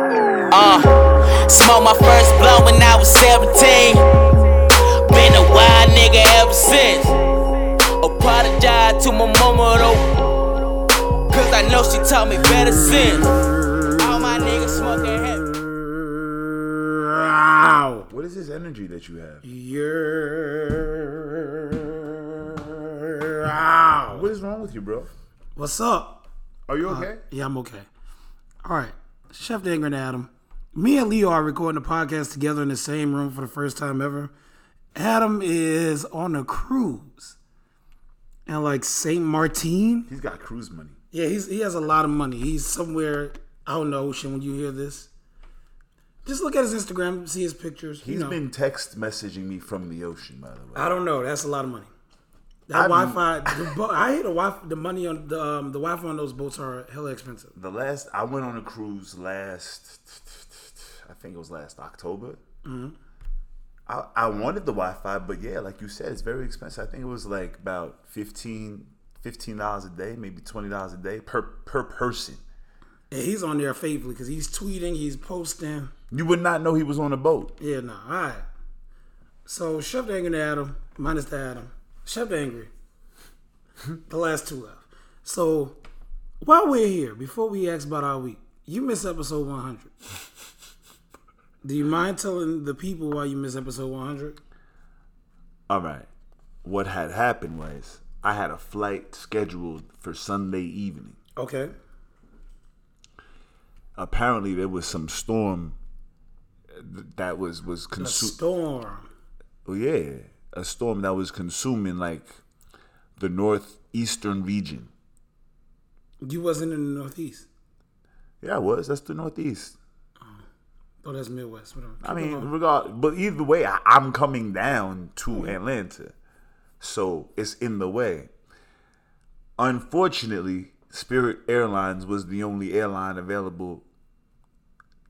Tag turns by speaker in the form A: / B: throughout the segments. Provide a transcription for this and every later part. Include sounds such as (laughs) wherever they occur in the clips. A: Uh, smoked my first blunt when I was 17. Been a wild nigga ever since. Apologize to my mama though. Cause I know she taught me better since. All my niggas smoking hemp.
B: Wow.
C: What is this energy that you have?
B: You're out.
C: What is wrong with you, bro?
B: What's up? Uh,
C: Are you okay?
B: Yeah, I'm okay. All right. Chef Danger and Adam. Me and Leo are recording a podcast together in the same room for the first time ever. Adam is on a cruise. And like St. Martin.
C: He's got cruise money.
B: Yeah, he's, he has a lot of money. He's somewhere out in the ocean when you hear this. Just look at his Instagram, see his pictures.
C: He's
B: you know.
C: been text messaging me from the ocean, by the way.
B: I don't know. That's a lot of money. That
C: I'm-
B: Wi-Fi, the, bo- I hate the Wi-Fi. The money on the um, the Wi-Fi on those boats are hella expensive.
C: The last I went on a cruise last, I think it was last October.
B: Mm-hmm.
C: I, I wanted the Wi-Fi, but yeah, like you said, it's very expensive. I think it was like about 15 dollars a day, maybe twenty dollars a day per per person.
B: And he's on there faithfully because he's tweeting, he's posting.
C: You would not know he was on a boat.
B: Yeah, nah, all right. So Chef the Angry Adam minus the Adam, Chef the Angry. (laughs) the last two left. So while we're here, before we ask about our week, you missed episode one hundred. Do you mind telling the people why you missed episode one hundred?
C: All right. What had happened was I had a flight scheduled for Sunday evening.
B: Okay.
C: Apparently, there was some storm that was was consumed.
B: Storm.
C: Oh yeah, a storm that was consuming like the northeastern region.
B: You wasn't in the Northeast.
C: Yeah, it was. That's the northeast.
B: Oh, that's Midwest. Whatever.
C: I mean, regard, but either way, I, I'm coming down to Atlanta, so it's in the way. Unfortunately, Spirit Airlines was the only airline available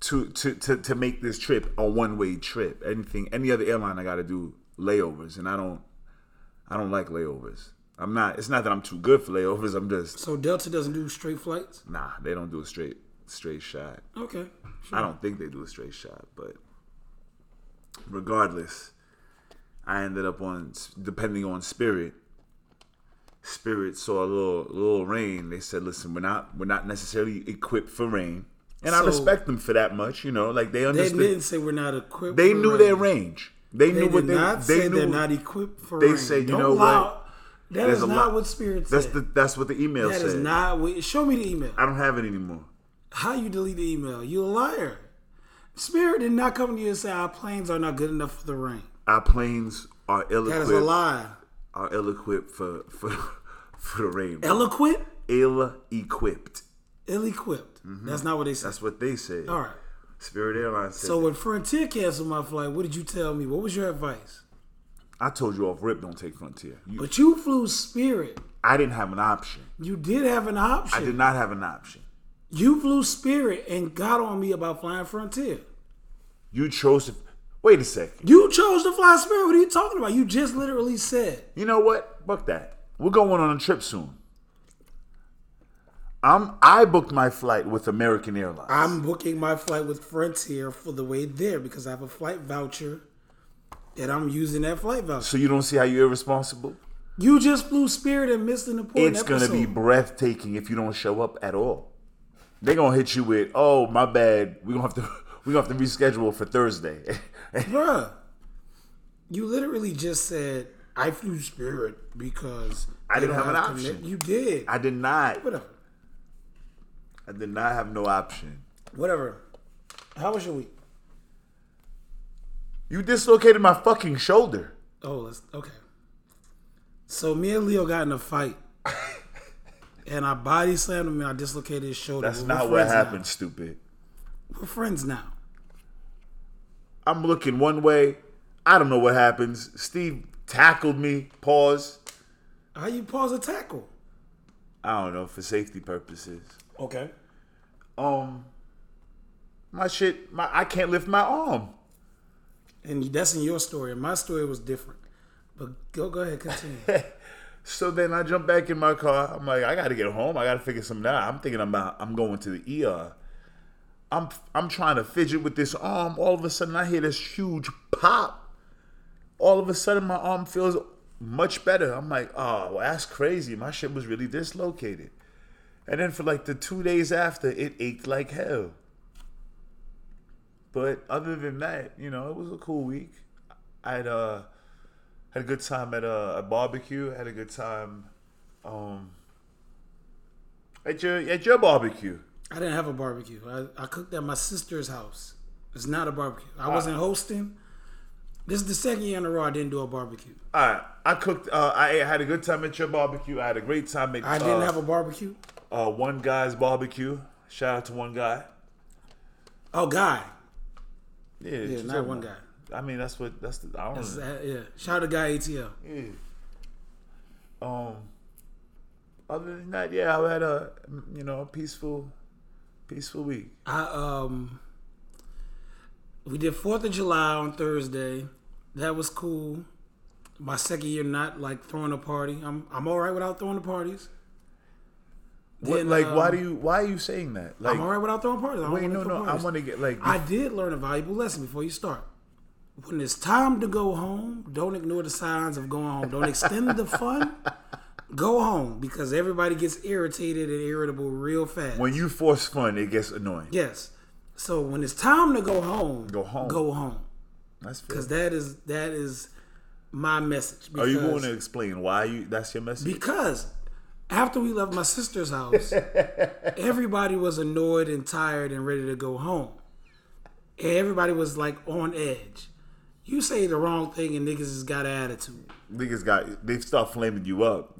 C: to to to, to make this trip a one way trip. Anything, any other airline, I got to do layovers, and I don't, I don't like layovers. I'm not. It's not that I'm too good for layovers. I'm just
B: so Delta doesn't do straight flights.
C: nah. They don't do a straight straight shot.
B: Okay.
C: I don't think they do a straight shot, but regardless, I ended up on depending on Spirit. Spirit saw a little little rain. They said, "Listen, we're not we're not necessarily equipped for rain," and I
B: So-
C: respect them for that much. You know, like they
B: They
C: understood.
B: didn't say we're not equipped.
C: they
B: for
C: knew
B: rain.
C: their range. They,
B: They
C: knew
B: did
C: what they
B: not
C: they
B: say
C: knew.
B: they're not equipped for
C: they
B: rain.
C: said, you
B: Don't
C: know
B: lie.
C: what?
B: That
C: There's
B: is
C: a
B: not
C: lot-
B: what Spirit
C: That's
B: said.
C: the that's what the email
B: that
C: said.
B: is not what. Show me the email.
C: I don't have it anymore.
B: How you delete the email? You a liar. Spirit did not come to you and say our planes are not good enough for the rain.
C: Our planes are ill
B: That is a
C: equipped.
B: lie.
C: Are ill equipped for for (laughs) for the rain.
B: Eloquent,
C: ill equipped.
B: ill-equipped. That's not what they said.
C: Mm-hmm. That's what they said.
B: All right.
C: Spirit Airlines said.
B: So when Frontier canceled my flight, what did you tell me? What was your advice?
C: I told you off rip, don't take Frontier. You-
B: But you flew Spirit.
C: I didn't have an option.
B: You did have an option.
C: I did not have an option.
B: You flew Spirit and got on me about flying Frontier.
C: You chose to. Wait a second.
B: You chose to fly Spirit. What are you talking about? You just literally said
C: You know what? Fuck that. We're going on a trip soon. I'm. I booked my flight with American Airlines.
B: I'm booking my flight with Frontier for the way there because I have a flight voucher and I'm using that flight voucher.
C: so you don't see how you're irresponsible.
B: You just flew Spirit and missed an important
C: it's
B: episode.
C: gonna be breathtaking if you don't show up at all. They're gonna hit you with, "Oh, my bad. We're gonna have to. (laughs) We're gonna have to reschedule for Thursday." (laughs)
B: Bruh, you literally just said I flew Spirit because
C: I
B: they
C: didn't
B: don't
C: have an option.
B: connect- You did.
C: I did not.
B: Whatever.
C: I did not have no option.
B: Whatever. How was your week?
C: You dislocated my fucking shoulder.
B: Oh, let's okay. So me and Leo got in a
C: (laughs)
B: fight, and I body slammed him and I dislocated his shoulder.
C: That's
B: We're
C: not what
B: friends now.
C: happened, stupid.
B: We're friends now.
C: I'm looking one way. I don't know what happens. Steve tackled me. Pause.
B: How you pause a tackle?
C: I don't know for safety purposes.
B: Okay.
C: Um, my shit. My I can't lift my arm.
B: And that's in your story. My story was different. But go go ahead, continue.
C: So then I jump back in my car. I'm like, I gotta get home. I gotta figure something out. I'm thinking I'm I'm going to the ER. E I'm I'm trying to fidget with this arm. All of a sudden, I hear this huge pop. All of a sudden, my arm feels much better. I'm like, oh, well, that's crazy. My shit was really dislocated. And then for like the two days after, it ached like hell. But other than that, you know, it was a cool week. I had uh, had a good time at a, a barbecue. Had a good time um, at your at your barbecue.
B: I didn't have a barbecue. I, I cooked at my sister's house. It's not a barbecue.
C: Ah.
B: I wasn't hosting. This is the second year in a row I didn't do a barbecue.
C: All right, I cooked. Uh, I had a good time at your barbecue. I had a great time at
B: I didn't have a barbecue.
C: uh, one guy's barbecue. Shout out to one guy.
B: Oh, guy.
C: Yeah,
B: Yeah,
C: just
B: not one guy.
C: I mean, that's what that's. The, I don't.
B: It's,
C: know.
B: uh, yeah. Shout out to Guy ATL.
C: Yeah. Um. Other than that, yeah, I had a you know a peaceful, peaceful week.
B: I um we did Fourth of July on Thursday. That was cool. My second year not like throwing a party. I'm I'm all right without throwing the parties.
C: What,
B: Then,
C: like, why
B: um,
C: do you why are you saying that? Like,
B: I'm all right without throwing parties. I don't
C: wait,
B: wanna
C: no,
B: throw
C: no, I
B: parties.
C: want to get like.
B: I did learn a valuable lesson before you start. When it's time to go home, don't ignore the signs of going home. Don't extend the fun. Go home because everybody gets irritated and irritable real fast.
C: when you force fun, it gets annoying.
B: yes. So when it's time to go home,
C: Go home.
B: Go home.
C: That's fair.
B: Because that is that is my message.
C: Are
B: Because,
C: you going to explain why you? That's your message.
B: Because after we left my sister's house, everybody was annoyed and tired and ready to go home. And everybody was like on edge. You say the wrong thing and niggas has got an attitude.
C: Niggas got they start flaming you up.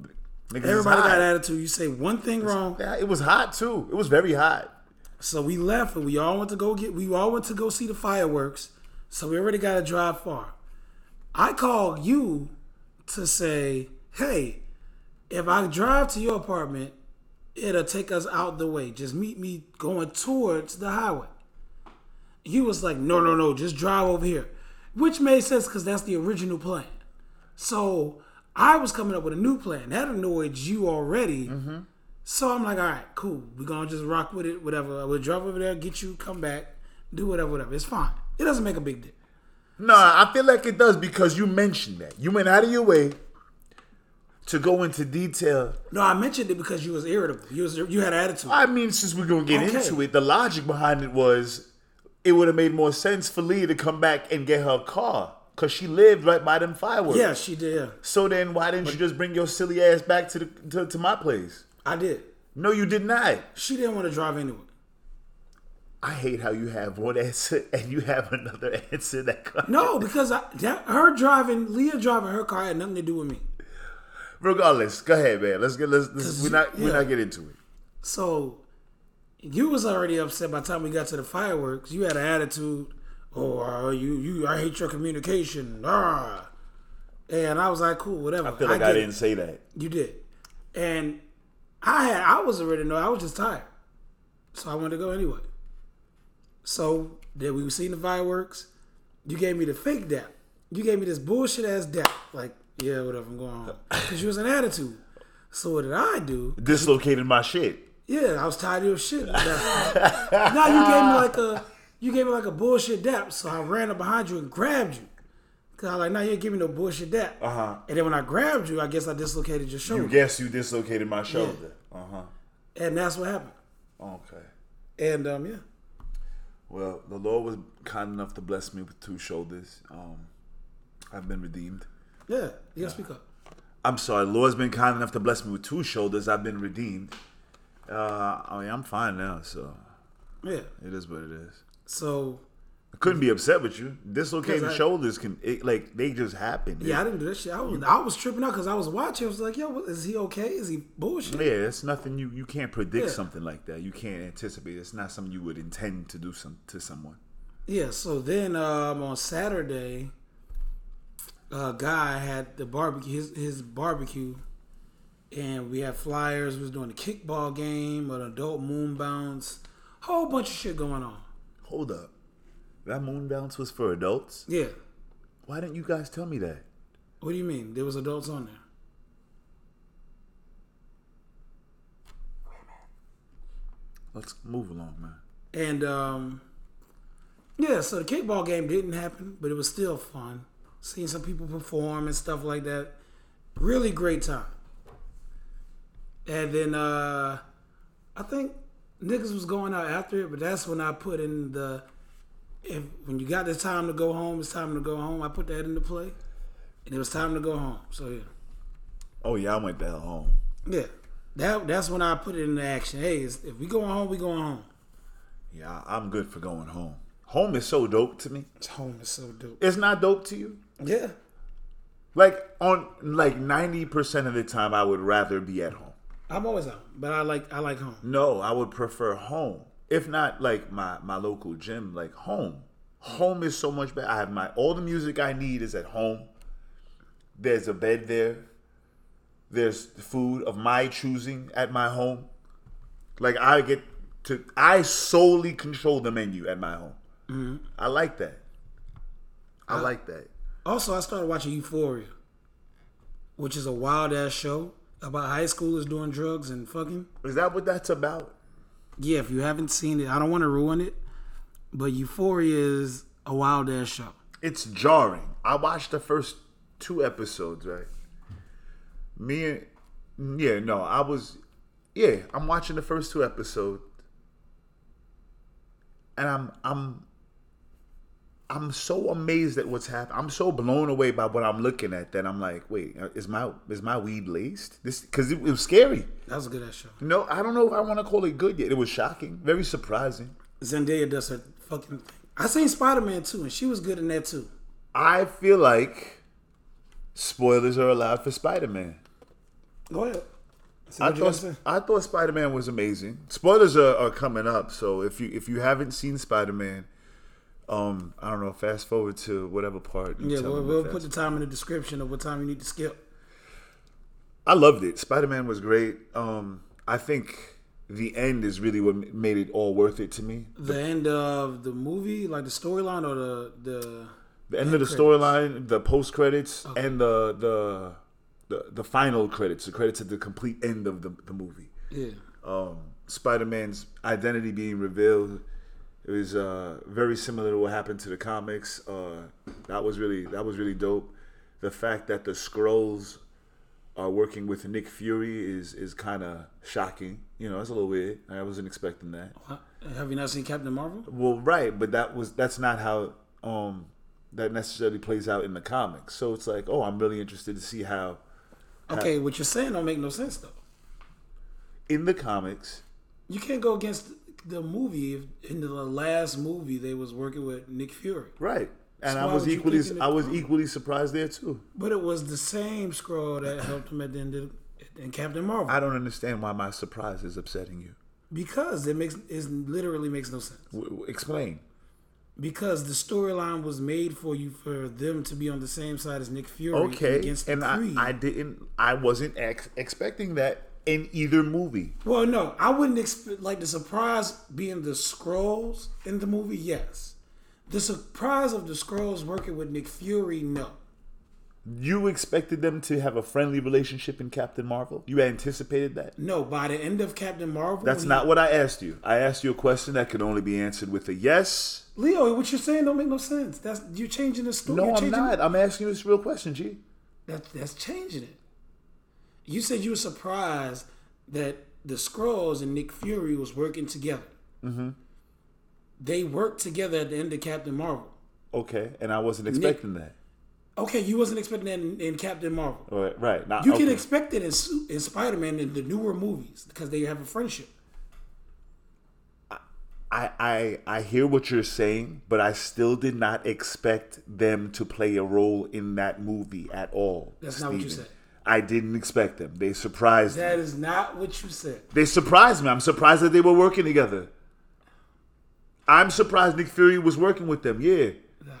C: Niggas is
B: Everybody
C: hot.
B: got attitude. You say one thing wrong.
C: Yeah, it was hot too. It was very hot.
B: So we left and we all went to go get we all went to go see the fireworks. So we already gotta drive far. I called you to say, hey, if I drive to your apartment, it'll take us out the way. Just meet me going towards the highway. You was like, no, no, no, just drive over here. Which made sense because that's the original plan. So I was coming up with a new plan. That annoyed you already. So I'm like, all right, cool. We're gonna just rock with it, whatever. We'll drive over there, get you, come back, do whatever, whatever. It's fine. It doesn't make a big deal.
C: No, I feel like it does because you mentioned that. You went out of your way to go into detail.
B: No, I mentioned it because you was irritable. You was you had an attitude.
C: I mean, since we're gonna get
B: Okay.
C: into it, the logic behind it was it would have made more sense for Lee to come back and get her car because she lived right by them fireworks.
B: Yeah, she did. Yeah.
C: So then, why didn't you just bring your silly ass back to the to, to my place?
B: I did.
C: No, you did not.
B: She didn't want to drive anyway.
C: I hate how you have one answer (laughs) and you have another answer that (laughs) comes.
B: No, because I, that, her driving, Leah driving her car had nothing to do with me.
C: Regardless, go ahead, man. Let's get let's, let's
B: 'Cause
C: we're
B: you-
C: not we're
B: yeah.
C: not get into it.
B: So you was already upset by the time we got to the fireworks. You had an attitude. Oh, uh, you you I hate your communication. Ah. And I was like, cool, whatever.
C: I feel like I,
B: get it.
C: didn't say that.
B: You did. And I had I was already know I was just tired. So I wanted to go anyway. So then we were seeing the fireworks. You gave me the fake dap. You gave me this bullshit ass dap. Like, yeah, whatever, I'm going home. Because you was an attitude. So what did I do?
C: Dislocated my shit.
B: Yeah, I was tired of your shit. now you gave me like a you gave me like a bullshit dap, so I ran up behind you and grabbed you. Cause I was like, now you ain't giving me no bullshit dap.
C: Uh-huh.
B: And then when I grabbed you, I guess I dislocated your shoulder.
C: You guess you dislocated my shoulder. Uh
B: and that's what happened.
C: huh. Okay.
B: And um, yeah,
C: Well, the Lord was kind enough to bless me with two shoulders. Um, I've been redeemed.
B: yeah, you gotta speak up.
C: I'm sorry. Lord's been kind enough to bless me with two shoulders. I've been redeemed. Uh, I mean, I'm fine now, so
B: Yeah.
C: it is what it is.
B: So
C: I couldn't be upset with you. Dislocated
B: 'Cause I-
C: shoulders can it, like they just happen.
B: yeah, I didn't do that shit. I was I was tripping out because I was watching. I was like, yo, what- is he okay? Is he bullshit?
C: Yeah, it's nothing you you can't predict
B: Yeah.
C: something like that. You can't anticipate. It's not something you would intend to do some to someone.
B: Yeah. So then um, on Saturday, a guy had the barbecue his his barbecue, and we had flyers. We was doing a kickball game, an adult moon bounce, whole bunch of shit going on.
C: Hold up. That moon bounce was for adults?
B: Yeah.
C: Why didn't you guys tell me that?
B: What do you mean? There was adults on there.
C: Let's move along, man.
B: And um, yeah, so the kickball game didn't happen, but it was still fun. Seeing some people perform and stuff like that. Really great time. And then uh, I think niggas was going out after it, but that's when I put in the if when you got the time to go home, it's time to go home. I put that into play. And it was time to go home. So yeah.
C: Oh yeah, I went the hell home.
B: Yeah, that that's when I put it into action. Hey, it's, if we going home, we going home.
C: Yeah, I'm good for going home. Home is so dope to me.
B: This home is so dope.
C: It's not dope to you.
B: Yeah,
C: Like on like ninety percent of the time, I would rather be at home.
B: I'm always home, but I like I like home.
C: No, I would prefer home. If not like my my local gym, like home. Home is so much better. I have my all the music I need is at home. There's a bed there. There's food of my choosing at my home. Like I get to I solely control the menu at my home. I like that. I like that.
B: Also, I started watching Euphoria, which is a wild ass show about high schoolers doing drugs and fucking.
C: Is that what that's about?
B: Yeah, if you haven't seen it, I don't want to ruin it, but Euphoria is a wild ass show.
C: it's jarring. I watched the first two episodes, right? Me and yeah, no, I was yeah, I'm watching the first two episodes. And I'm I'm I'm so amazed at what's happened. I'm so blown away by what I'm looking at that I'm like, wait, uh, is my is my weed laced? This because it, it was scary.
B: That was a good ass show.
C: No, I don't know if I want to call it good yet. It was shocking, very surprising.
B: Zendaya does her fucking thing. I seen Spider Man too, and she was good in that too.
C: I feel like spoilers are allowed for Spider Man.
B: Go ahead. See
C: I
B: what you gotta
C: thought
B: say.
C: I thought Spider Man was amazing. Spoilers are, are coming up, so if you if you haven't seen Spider Man, um, I don't know. Fast forward to whatever part. You
B: Yeah,
C: tell
B: we'll,
C: me
B: we'll
C: fast-
B: put the time in the description of what time you need to skip.
C: I loved it. Spider Man was great. Um, I think the end is really what m- made it all worth it to me.
B: the end of the movie, like the storyline or the the
C: The end of the
B: End credits.
C: storyline, the post credits, and the, the the the final credits, the credits at the complete end of the the movie.
B: yeah.
C: um, Spider Man's identity being revealed. It was uh, very similar to what happened to the comics. Uh, that was really that was really dope. The fact that the scrolls are working with Nick Fury is is kind of shocking. You know, it's a little weird. I wasn't expecting that.
B: Uh, Have you not seen Captain Marvel?
C: Well, right, but that was that's not how um, that necessarily plays out in the comics. So it's like, oh, I'm really interested to see how
B: Okay, what you're saying don't make no sense though.
C: in the comics
B: You can't go against the movie if in the last movie they was working with Nick Fury,
C: Right. And
B: So
C: I
B: why
C: was
B: would you
C: equally
B: think in the
C: I was equally surprised there too.
B: but it was the same scroll that helped him at the end of in Captain Marvel
C: I don't understand why my surprise is upsetting you.
B: because it makes it literally makes no sense
C: W- w- explain.
B: because the storyline was made for you for them to be on the same side as Nick Fury
C: Okay.
B: against the
C: And I,
B: Creed.
C: I didn't I wasn't ex- expecting that in either movie.
B: Well, no, I wouldn't expect like the surprise being the scrolls in the movie. Yes, the surprise of the scrolls working with Nick Fury. No,
C: You expected them to have a friendly relationship in Captain Marvel? You anticipated that?
B: no. By the end of Captain Marvel,
C: That's
B: he-
C: not what I asked you. I asked you a question that could only be answered with a yes.
B: Leo. What you're saying don't make no sense. That's you're changing the story.
C: No,
B: you're
C: I'm
B: changing,
C: not. I'm asking you this real question, G.
B: That, that's changing it. You said you were surprised that the scrolls and Nick Fury was working together. Mm-hmm. They worked together at the end of Captain Marvel.
C: Okay, and I wasn't expecting that.
B: Okay, you wasn't expecting that in, in Captain Marvel.
C: All right, right. Now,
B: You
C: okay.
B: can expect it in, Su- in Spider-Man in the newer movies because they have a friendship.
C: I, I I hear what you're saying, but I still did not expect them to play a role in that movie at all.
B: That's not what you
C: Steven.
B: said.
C: I didn't expect them. They surprised
B: That
C: me.
B: is not what you said.
C: They surprised me. I'm surprised that they were working together. I'm surprised Nick Fury was working with them. Yeah.
B: No.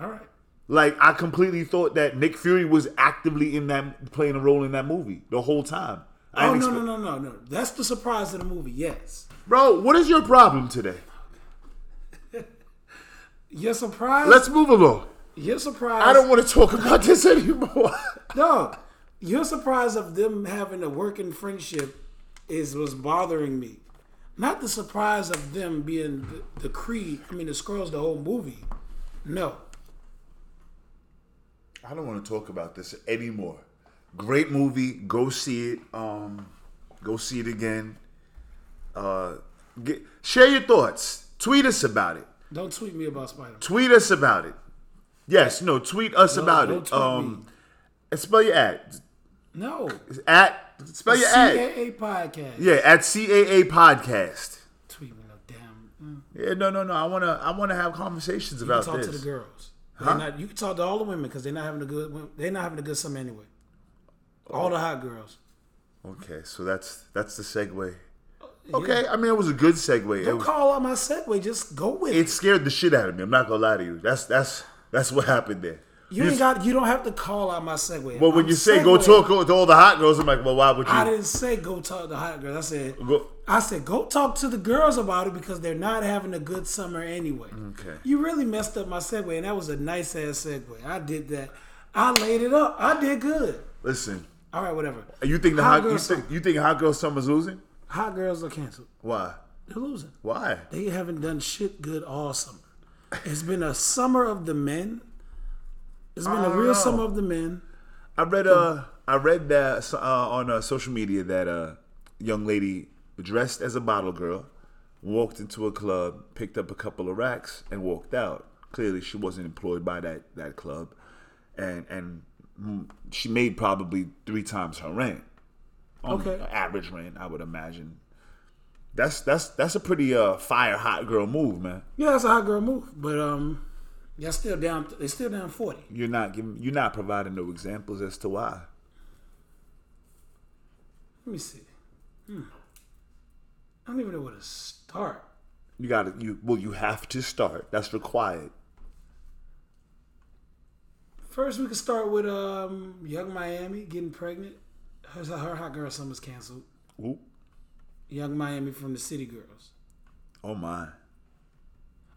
B: All right.
C: Like I completely thought that Nick Fury was actively in that playing a role in that movie the whole time. I
B: Oh
C: didn't
B: no
C: expect-
B: no no no no! That's the surprise of the movie. Yes,
C: Bro, what is your problem today?
B: you're surprised.
C: Let's move along.
B: you're surprised.
C: I don't want to talk about this (laughs) anymore.
B: No, you're surprised of them having a working friendship is was bothering me. Not the surprise of them being the, the Creed. I mean, the Skrulls the whole movie. No,
C: I don't want to talk about this anymore. Great movie. Go see it. Um, go see it again. Uh, get, share your thoughts. Tweet us about it.
B: don't tweet me about Spider. man
C: Tweet us about it. Yes, no, tweet us about
B: don't
C: it.
B: tweet
C: Um, and spell your ad.
B: No,
C: At spell your ad.
B: CAA podcast.
C: Yeah, at CAA podcast.
B: Tweet me no damn. mm.
C: Yeah, no, no, no. I wanna, I wanna have conversations
B: You
C: about
B: can talk
C: this.
B: to the girls. They're not- you can talk to all the women because they're not having a good. They're not having a good summer anyway. All the hot girls.
C: Okay, so that's that's the segue. Okay, I mean it was a good segue. It,
B: Oh, Don't
C: was,
B: call out my segue. Just go with
C: it
B: it.
C: scared the shit out of me. I'm not gonna lie to you. That's that's that's what happened there.
B: You ain't got. You don't have to call out my segue.
C: But when
B: I'm
C: you say go
B: segueing.
C: talk to all the hot girls, I'm like, well, why would you?
B: I didn't say go talk to hot girls. I said.
C: Go-
B: I said go talk to the girls about it because they're not having a good summer anyway.
C: Okay.
B: You really messed up my segue, and that was a nice ass segue. I did that. I laid it up. I did good.
C: Listen,
B: All right, whatever.
C: you think the
B: Hot
C: hot,
B: girl
C: you, think, you think hot girl summer's losing?
B: Hot girls are canceled.
C: Why?
B: They're losing.
C: Why?
B: they haven't done shit good all summer. It's been a summer of the men. It's been a
C: don't
B: real
C: know.
B: summer of the men.
C: I read uh I read that uh, on uh, social media that a young lady dressed as a bottle girl walked into a club, picked up a couple of racks, and walked out. Clearly, she wasn't employed by that that club, and and mm, she made probably three times her rent. On
B: Okay.
C: average rent, I would imagine. That's that's that's a pretty uh fire hot girl move, man.
B: Yeah, that's a hot girl move, but um, they're still down. They're still down forty.
C: You're not giving, you're not providing no examples as to why.
B: Let me see. Hmm. I don't even know where to start.
C: You got to you well you have to start. That's required.
B: First, we can start with um, Young Miami getting pregnant. Her, her hot girl summer's canceled.
C: Ooh.
B: Young Miami from the City Girls.
C: Oh my.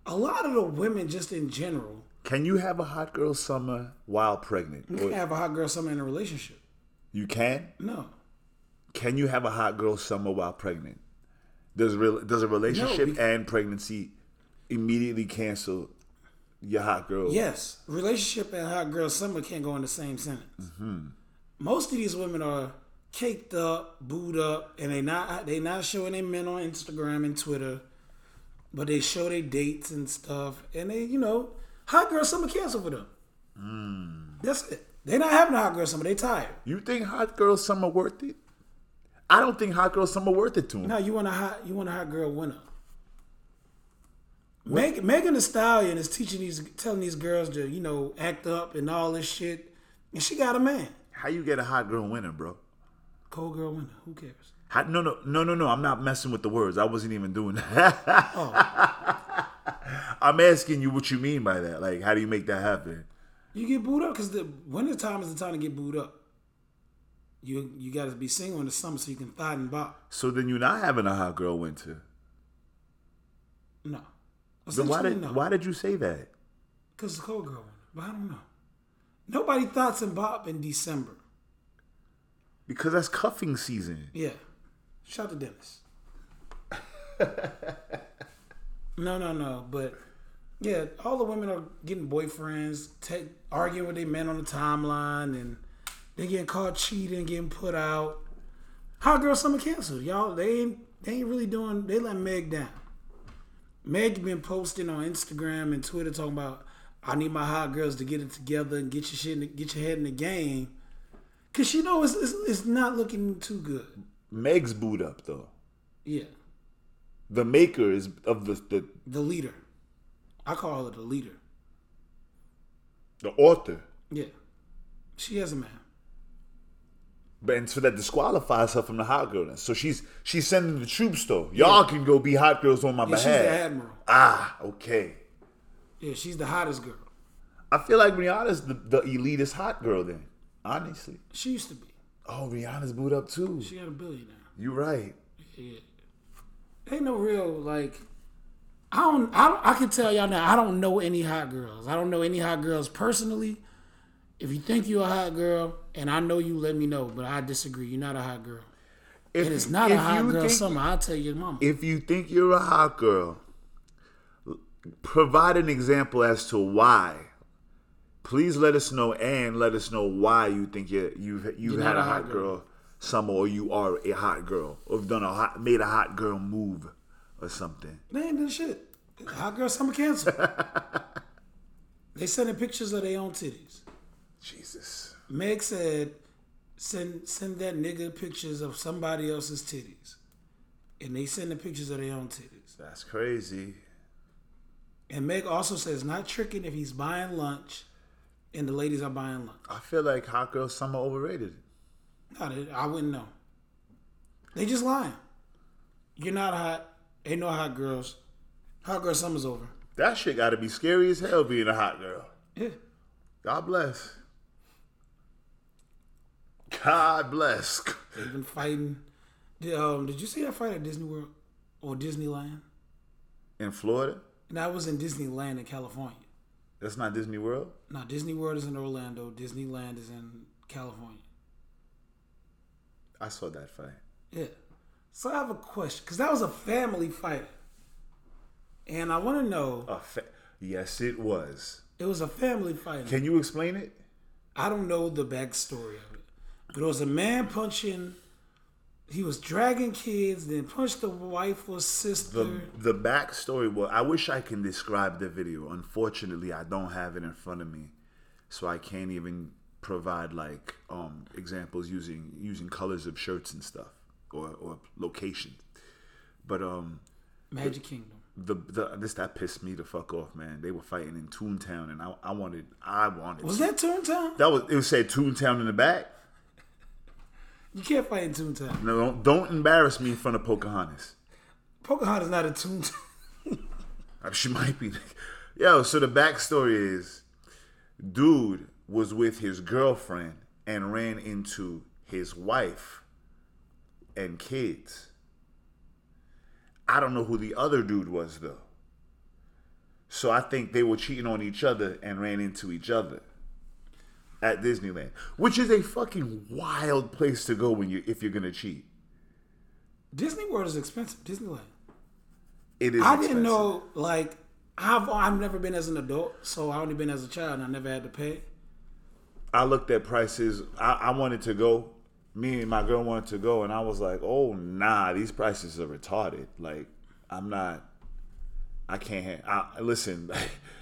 B: A lot of the women, just in general,
C: Can you have a hot girl summer while pregnant?
B: you
C: Or
B: can't have a hot girl summer in a relationship.
C: you can?
B: No,
C: Can you have a hot girl summer while pregnant? Does real does a relationship
B: we-
C: and pregnancy immediately cancel your hot girl?
B: Yes, relationship and hot girl summer can't go in the same sentence. Most of these women are caked up, booed up, and they not they not showing their men on Instagram and Twitter, but they show their dates and stuff, and they you know hot girl summer cancel for them. That's it. They not having a hot girl summer. They tired.
C: You think hot girl summer worth it? I don't think hot girl summer worth it to him.
B: Now you want a hot you want a hot girl winner. Meg, Megan Thee Stallion is teaching these telling these girls to you know act up and all this shit, and she got a man.
C: How you get a hot girl winner, bro?
B: Cold girl winter. Who cares?
C: How, no, no, no, no, no. I'm not messing with the words. I wasn't even doing that.
B: Oh.
C: (laughs) I'm asking you what you mean by that. Like, how do you make that happen?
B: You get booed up because the winter time is the time to get booed up. You you got to be single in the summer so you can thot and bop.
C: So then you're not having a hot girl winter.
B: No.
C: Then why
B: Essentially,
C: did
B: no.
C: why did you say that?
B: Because it's cold girl winter. But I don't know. Nobody thots and bop in December.
C: Because that's cuffing season.
B: Yeah. Shout to Dennis. no, no, no. But yeah, all the women are getting boyfriends, te- arguing with their men on the timeline, and they getting caught cheating, getting put out. Hot girl summer canceled, y'all. They ain't they ain't really doing. They let Meg down. Meg been posting on Instagram and Twitter talking about I need my hot girls to get it together and get your shit, in the, get your head in the game, cause you know it's it's, it's not looking too good.
C: Meg's boot up though.
B: Yeah,
C: The maker is of the the,
B: the leader. I call her the leader.
C: the author.
B: Yeah, she has a man.
C: But and so that disqualifies her from the hot girlness. So she's she's sending the troops though. Y'all can go be hot girls on my
B: Yeah, she's the
C: behalf.
B: admiral.
C: Ah, okay.
B: Yeah, she's the hottest girl.
C: I feel like Rihanna's the, the elitist hot girl then. Honestly.
B: She used to be.
C: Oh, Rihanna's boot up too.
B: She got a billionaire.
C: You right.
B: Yeah. Ain't no real like. I don't. I don't. I can tell y'all now. I don't know any hot girls. I don't know any hot girls personally. If you think you're a hot girl, and I know you, let me know. But I disagree. You're not a hot girl.
C: If,
B: It is not
C: if
B: a hot
C: you
B: girl
C: think-
B: summer. I'll tell your mama.
C: If you think you're a hot girl, provide an example as to why. Please let us know and let us know why you think you're, you've you've
B: You're
C: had
B: not
C: a hot girl, summer or you are a hot girl or have done a hot made a hot girl move or something.
B: They ain't done shit. Hot girl summer canceled.
C: (laughs)
B: they sending pictures of their own titties.
C: Jesus.
B: Meg said, "Send send that nigga pictures of somebody else's titties," and they sending pictures of their own titties.
C: That's crazy.
B: And Meg also says, "Not tricking if he's buying lunch, and the ladies are buying lunch."
C: I feel like hot girl summer overrated.
B: No, they- I wouldn't know. They just lying. You're not hot. Ain't no hot girls. Hot girl summer's over.
C: That shit gotta be scary as hell being a hot girl.
B: Yeah.
C: God bless. God bless.
B: They've been fighting. Did, um, did you see that fight at Disney World or Disneyland?
C: In Florida?
B: And I was in Disneyland in California.
C: That's not Disney World?
B: Now Disney World is in Orlando. Disneyland is in California.
C: I saw that fight.
B: Yeah. So I have a question because that was a family fight, and I want to know.
C: A fa- yes, it was.
B: It was a family fight.
C: Can you explain it?
B: I don't know the backstory of it, but it was a man punching. He was dragging kids, then punched the wife or sister.
C: The the backstory was. I wish I can describe the video. Unfortunately, I don't have it in front of me, so I can't even provide like um examples using using colors of shirts and stuff or or locations. But um,
B: Magic Kingdom.
C: the the this that pissed me the fuck off, man. They were fighting in Toontown, and I I wanted I wanted
B: Was that Toontown?
C: that was it was said Toontown in the back.
B: You can't fight in Toontown.
C: No, don't, don't embarrass me in front of Pocahontas.
B: Pocahontas not a Toontown. (laughs)
C: Uh, She (laughs) might be. Yo, so the backstory is dude was with his girlfriend and ran into his wife and kids. I don't know who the other dude was, though. So I think they were cheating on each other and ran into each other at Disneyland, which is a fucking wild place to go when you if you're gonna cheat.
B: Disney World is expensive. Disneyland.
C: It is.
B: I didn't
C: expensive.
B: know. Like I've I've never been as an adult, so I only been as a child, and I never had to pay.
C: I looked at prices. I, I wanted to go. Me and my girl wanted to go, and I was like, "Oh nah, these prices are retarded. Like, I'm not. I can't. I, listen,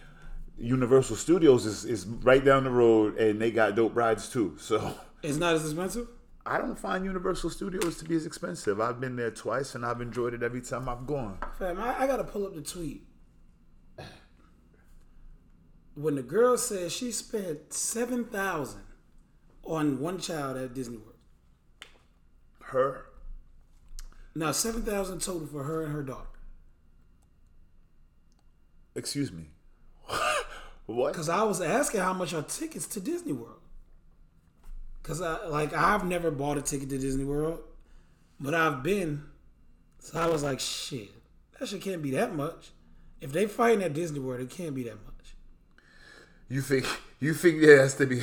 C: (laughs) Universal Studios is is right down the road, and they got dope rides too. So
B: It's not as expensive.
C: I don't find Universal Studios to be as expensive. I've been there twice, and I've enjoyed it every time I've gone.
B: Fam, I, I gotta pull up the tweet. When the girl says she spent seven thousand on one child at Disney World.
C: Her,
B: Now seven thousand total for her and her daughter.
C: excuse me. (laughs) what?
B: Cause I was asking how much are tickets to Disney World. Cause I like I've never bought a ticket to Disney World, but I've been. So I was like, shit, that shit can't be that much. If they fighting at Disney World, it can't be that much.
C: You think you think there has to be? (laughs)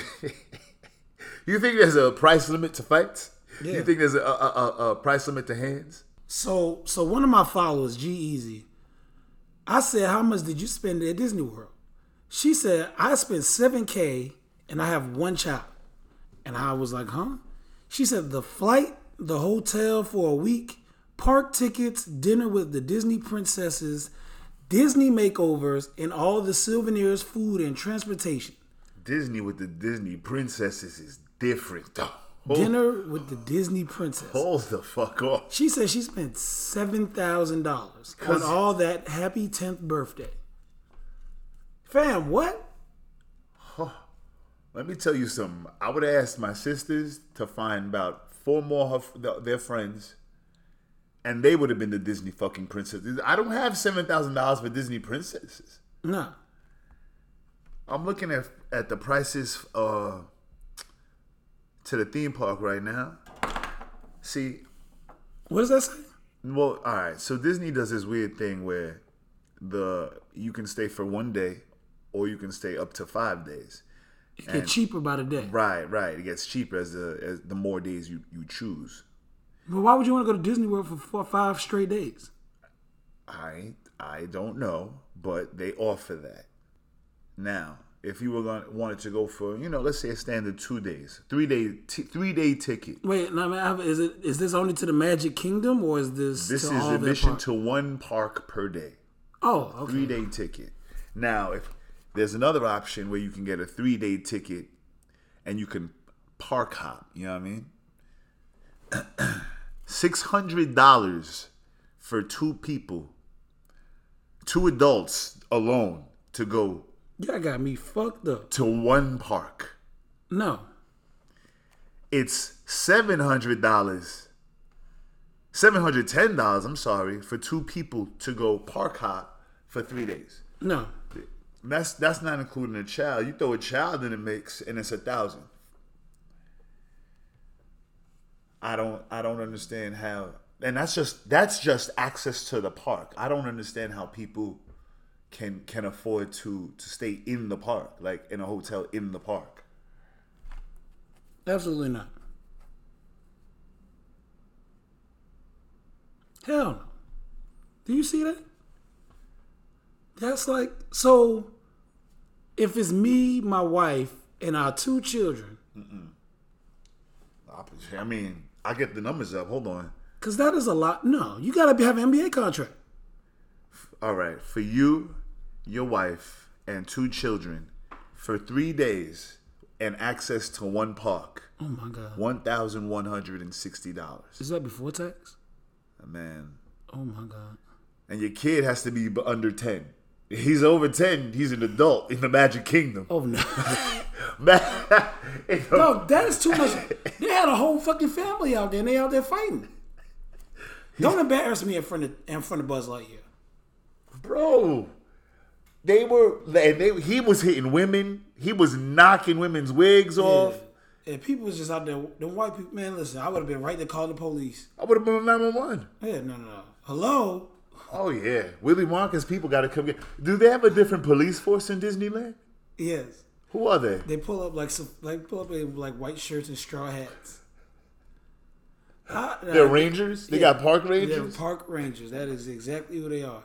C: you think there's a price limit to fights?
B: Yeah.
C: You think there's a, a, a, a price limit to hands?
B: So, so one of my followers, G Easy, I said, "How much did you spend at Disney World?" She said, "I spent seven k, and I have one child." And I was like, "Huh?" She said, "The flight, the hotel for a week, park tickets, dinner with the Disney princesses, Disney makeovers, and all the souvenirs, food, and transportation.
C: Disney with the Disney princesses is different. though. Hold,
B: Dinner with the Disney princess."
C: hold the fuck off.
B: She said she spent seven thousand dollars on all that happy tenth birthday. Fam, what?
C: Let me tell you something. I would ask my sisters to find about four more of th- their friends, and they would have been the Disney fucking princesses. I don't have seven thousand dollars for Disney princesses.
B: No.
C: I'm looking at at the prices uh to the theme park right now. See,
B: What does that say?
C: well, all right. So Disney does this weird thing where the you can stay for one day, or you can stay up to five days.
B: It get cheaper by the day.
C: Right, right. It gets cheaper as the as the more days you you choose.
B: But why would you want to go to Disney World for four, five straight days?
C: I I don't know, but they offer that. Now, if you were going wanted to go for, you know, let's say a standard two days, three day t- three day ticket.
B: Wait, no, I mean, I have- is it is this only to the Magic Kingdom or is this
C: This
B: to
C: is
B: all their
C: admission
B: parks?
C: to one park per day,
B: Oh, okay.
C: three day ticket. Now, if there's another option where you can get a three day ticket, and you can park hop. You know what I mean? (clears throat) Six hundred dollars for two people, two adults alone to go
B: Y'all got me fucked up.
C: to one park.
B: No,
C: It's seven hundred dollars. Seven hundred ten dollars. I'm sorry for two people to go park hop for three days.
B: no.
C: And that's that's not including a child. You throw a child in the mix, and it's a thousand. I don't I don't understand how, and that's just that's just access to the park. I don't understand how people can can afford to to stay in the park, like in a hotel in the park.
B: Absolutely not. Hell no. Do you see that? That's like so. If it's me, my wife, and our two children,
C: I mean, I get the numbers up. Hold on.
B: because that is a lot. No, you gotta be have an NBA contract.
C: All right, for you, your wife, and two children, for three days, and access to one park.
B: Oh my god,
C: One thousand one hundred and sixty dollars,
B: is that before tax?
C: man.
B: Oh my god.
C: And your kid has to be b- under ten. He's over ten. He's an adult in the Magic Kingdom.
B: Oh no. (laughs)
C: Ma- (laughs) in the-
B: No, that is too much. They had a whole fucking family out there, and they out there fighting. Don't embarrass me in front of in front of Buzz Lightyear.
C: bro. They were, and they, he was hitting women. He was knocking women's wigs off.
B: Yeah. And people was just out there. The white people, man, listen, I would have been right to call the police.
C: I would have been on nine one one.
B: Yeah, no, no, no. Hello,
C: Oh yeah, Willy Wonka's people got to come get. Do they have a different police force in Disneyland?
B: yes.
C: Who are they?
B: They pull up like some, like pull up in like white shirts and straw hats. How-
C: They're rangers. They
B: Yeah.
C: got park
B: They're
C: rangers.
B: park rangers. That is exactly who they are.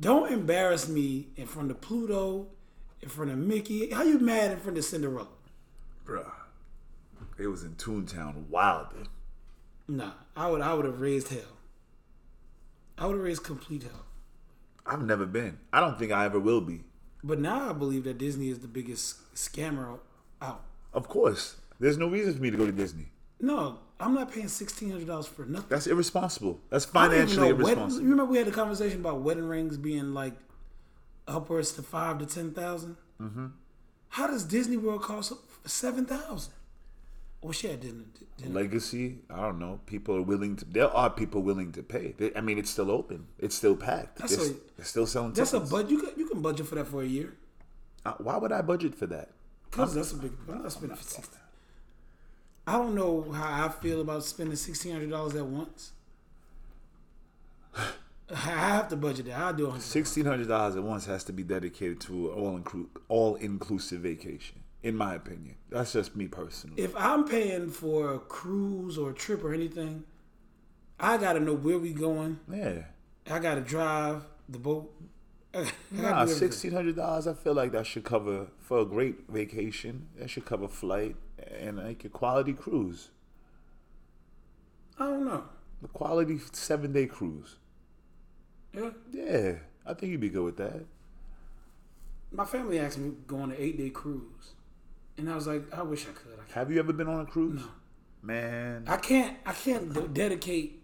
B: Don't embarrass me in front of Pluto, in front of Mickey. How you mad in front of Cinderella?
C: Bruh, it was in Toontown, wilding.
B: Nah, I would I would have raised hell. I would have raised complete hell.
C: I've never been. I don't think I ever will be.
B: But now I believe that Disney is the biggest scammer out.
C: Of course, there's no reason for me to go to Disney.
B: No, I'm not paying sixteen hundred dollars for nothing.
C: That's irresponsible. That's
B: I don't even
C: financially
B: know wedding, you
C: irresponsible.
B: remember we had a conversation about wedding rings being like upwards to five to ten Mm-hmm. How does Disney World cost seven thousand? Well, shit, didn't. didn't
C: Legacy. I don't know. People are willing to. There are people willing to pay. They- I mean, it's still open. It's still packed.
B: That's
C: It's-
B: a-
C: they're still selling
B: that's a
C: tickets.
B: budget. You can, you can budget for that for a year.
C: Uh, Why would I budget for that?
B: Cause that's a big. I'm not spending sixteen. I don't know how I feel about spending sixteen hundred dollars at (sighs) once. I have to budget that. I'll do it.
C: Sixteen hundred dollars at once has to be dedicated to an all inclu- all inclusive vacation, in my opinion. That's just me personally.
B: if I'm paying for a cruise or a trip or anything, I gotta know where we going.
C: yeah.
B: I gotta drive the boat. (laughs) I gotta do
C: Nah,
B: everything.
C: sixteen hundred dollars. I feel like that should cover for a great vacation. That should cover flight and like a quality cruise,
B: I don't know.
C: a quality seven day cruise.
B: Yeah,
C: Yeah, I think you'd be good with that.
B: my family asked me to go on an eight day cruise, and I was like, I wish I could. I can't.
C: Have you ever been on a cruise? Man,
B: I can't. I can't de- dedicate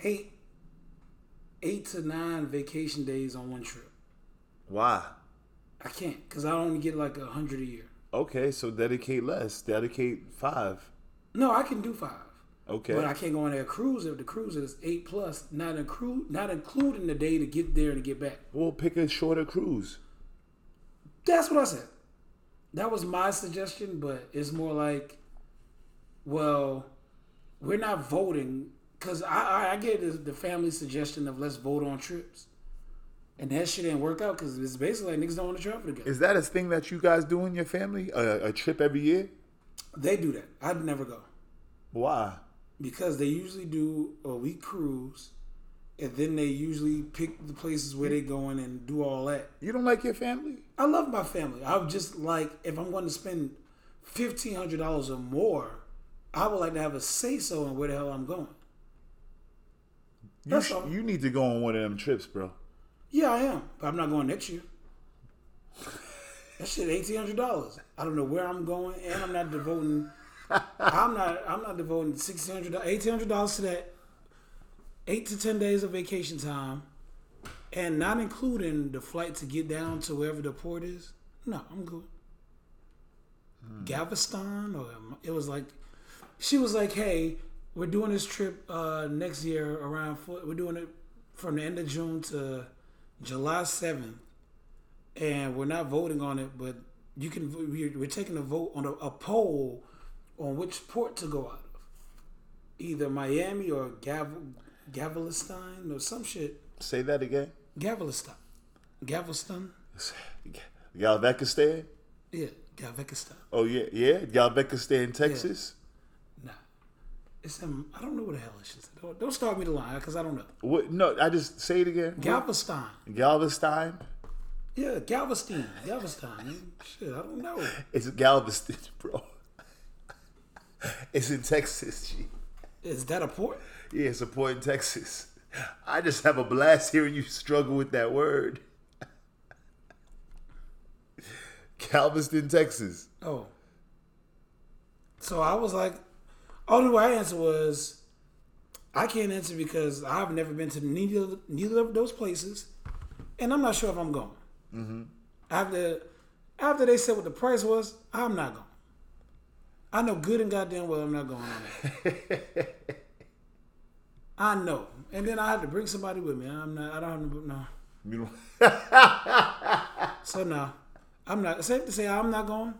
B: eight, eight to nine vacation days on one trip.
C: why?
B: I can't because I only get like a hundred a year.
C: Okay, so dedicate less. Dedicate five.
B: No, I can do five.
C: Okay.
B: But I can't go on that cruise if the cruise is eight plus, not include, not including the day to get there and to get back.
C: we'll pick a shorter cruise.
B: That's what I said. That was my suggestion, but it's more like, well, we're not voting because I, I I gave the, the family suggestion of let's vote on trips, and that shit didn't work out because it's basically like niggas don't want to travel together.
C: Is that a thing that you guys do in your family? A, a trip every year?
B: they do that. I'd never go.
C: Why?
B: because they usually do a week cruise, and then they usually pick the places where they're going and do all that.
C: You don't like your family?
B: I love my family. I would just like if I'm going to spend fifteen hundred dollars or more, I would like to have a say so in where the hell I'm going.
C: You,
B: That's
C: sh-
B: all.
C: you need to go on one of them trips, bro.
B: Yeah, I am, but I'm not going next year. That shit eighteen hundred dollars. I don't know where I'm going, and I'm not devoting. I'm not. I'm not devoting sixteen hundred, eighteen hundred dollars to that. Eight to ten days of vacation time, and not including the flight to get down to wherever the port is. No, I'm good. Galveston, or it was like, she was like, "Hey, we're doing this trip uh, next year around. four we're doing it from the end of June to July seventh, and we're not voting on it, but you can. vo- We're, we're taking a vote on a, a poll on which port to go out of, either Miami or Gav- Gavilstein or some shit.
C: Say that again. (laughs)
B: Gavilstein, Gavilston,
C: Galveston?
B: yeah, Gavilstein.
C: Oh yeah, yeah. Galveston, Texas.
B: Nah, it's in. I don't know what the hell it is. Don't, don't start me to lie because I don't know.
C: What? No, I just say it again.
B: Galveston.
C: Galveston.
B: Yeah, Galveston. Galveston. man. Shit, I don't know.
C: It's Galveston, (laughs) bro. it's in Texas. G.
B: Is that a port?
C: Yeah, it's a port in Texas. I just have a blast hearing you struggle with that word. Galveston, Texas.
B: Oh. So I was like, only way I answer was, I can't answer because I've never been to neither neither of those places, and I'm not sure if I'm going. After after they said what the price was, I'm not going. I know good and goddamn well I'm not going on that. I know, and then I had to bring somebody with me. I'm not. I don't have no.
C: You don't.
B: So no, I'm not. Safe to say I'm not going.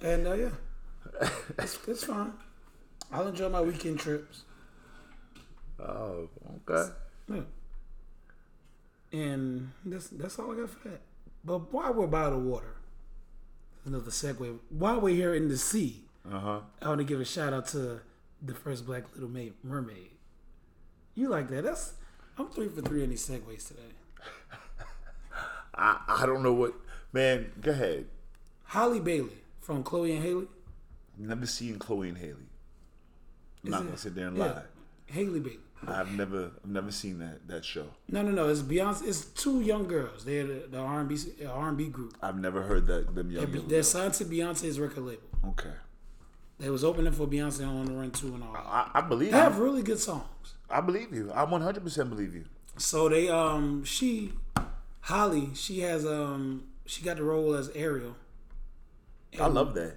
B: And uh, yeah, it's, it's fine. I'll enjoy my weekend trips.
C: Oh, okay.
B: Yeah. And that's that's all I got for that. But while we're by the water, another segue. While we're here in the sea,
C: Uh huh.
B: I want to give a shout out to the first Black Little Ma- Mermaid. You like that? That's I'm three for three in these segues today.
C: I I don't know what. Man, go ahead.
B: Holly Bailey from Chloe and Haley.
C: Never seen Chloe and Haley. I'm not
B: it-
C: gonna sit there and
B: yeah.
C: lie.
B: Haley Bailey.
C: I've never I've never seen that that show.
B: No, no, no. It's Beyonce. It's two young girls. They're the, the R&B uh, R&B group.
C: I've never heard that them young.
B: They're signed to Beyonce's record label.
C: Okay.
B: They was opening for Beyonce on the Run Two and all. That.
C: I, I believe
B: They have
C: you.
B: really good songs.
C: I believe you. I 100% believe you.
B: So they um she, Holly, she has um she got the role as Ariel.
C: I love that.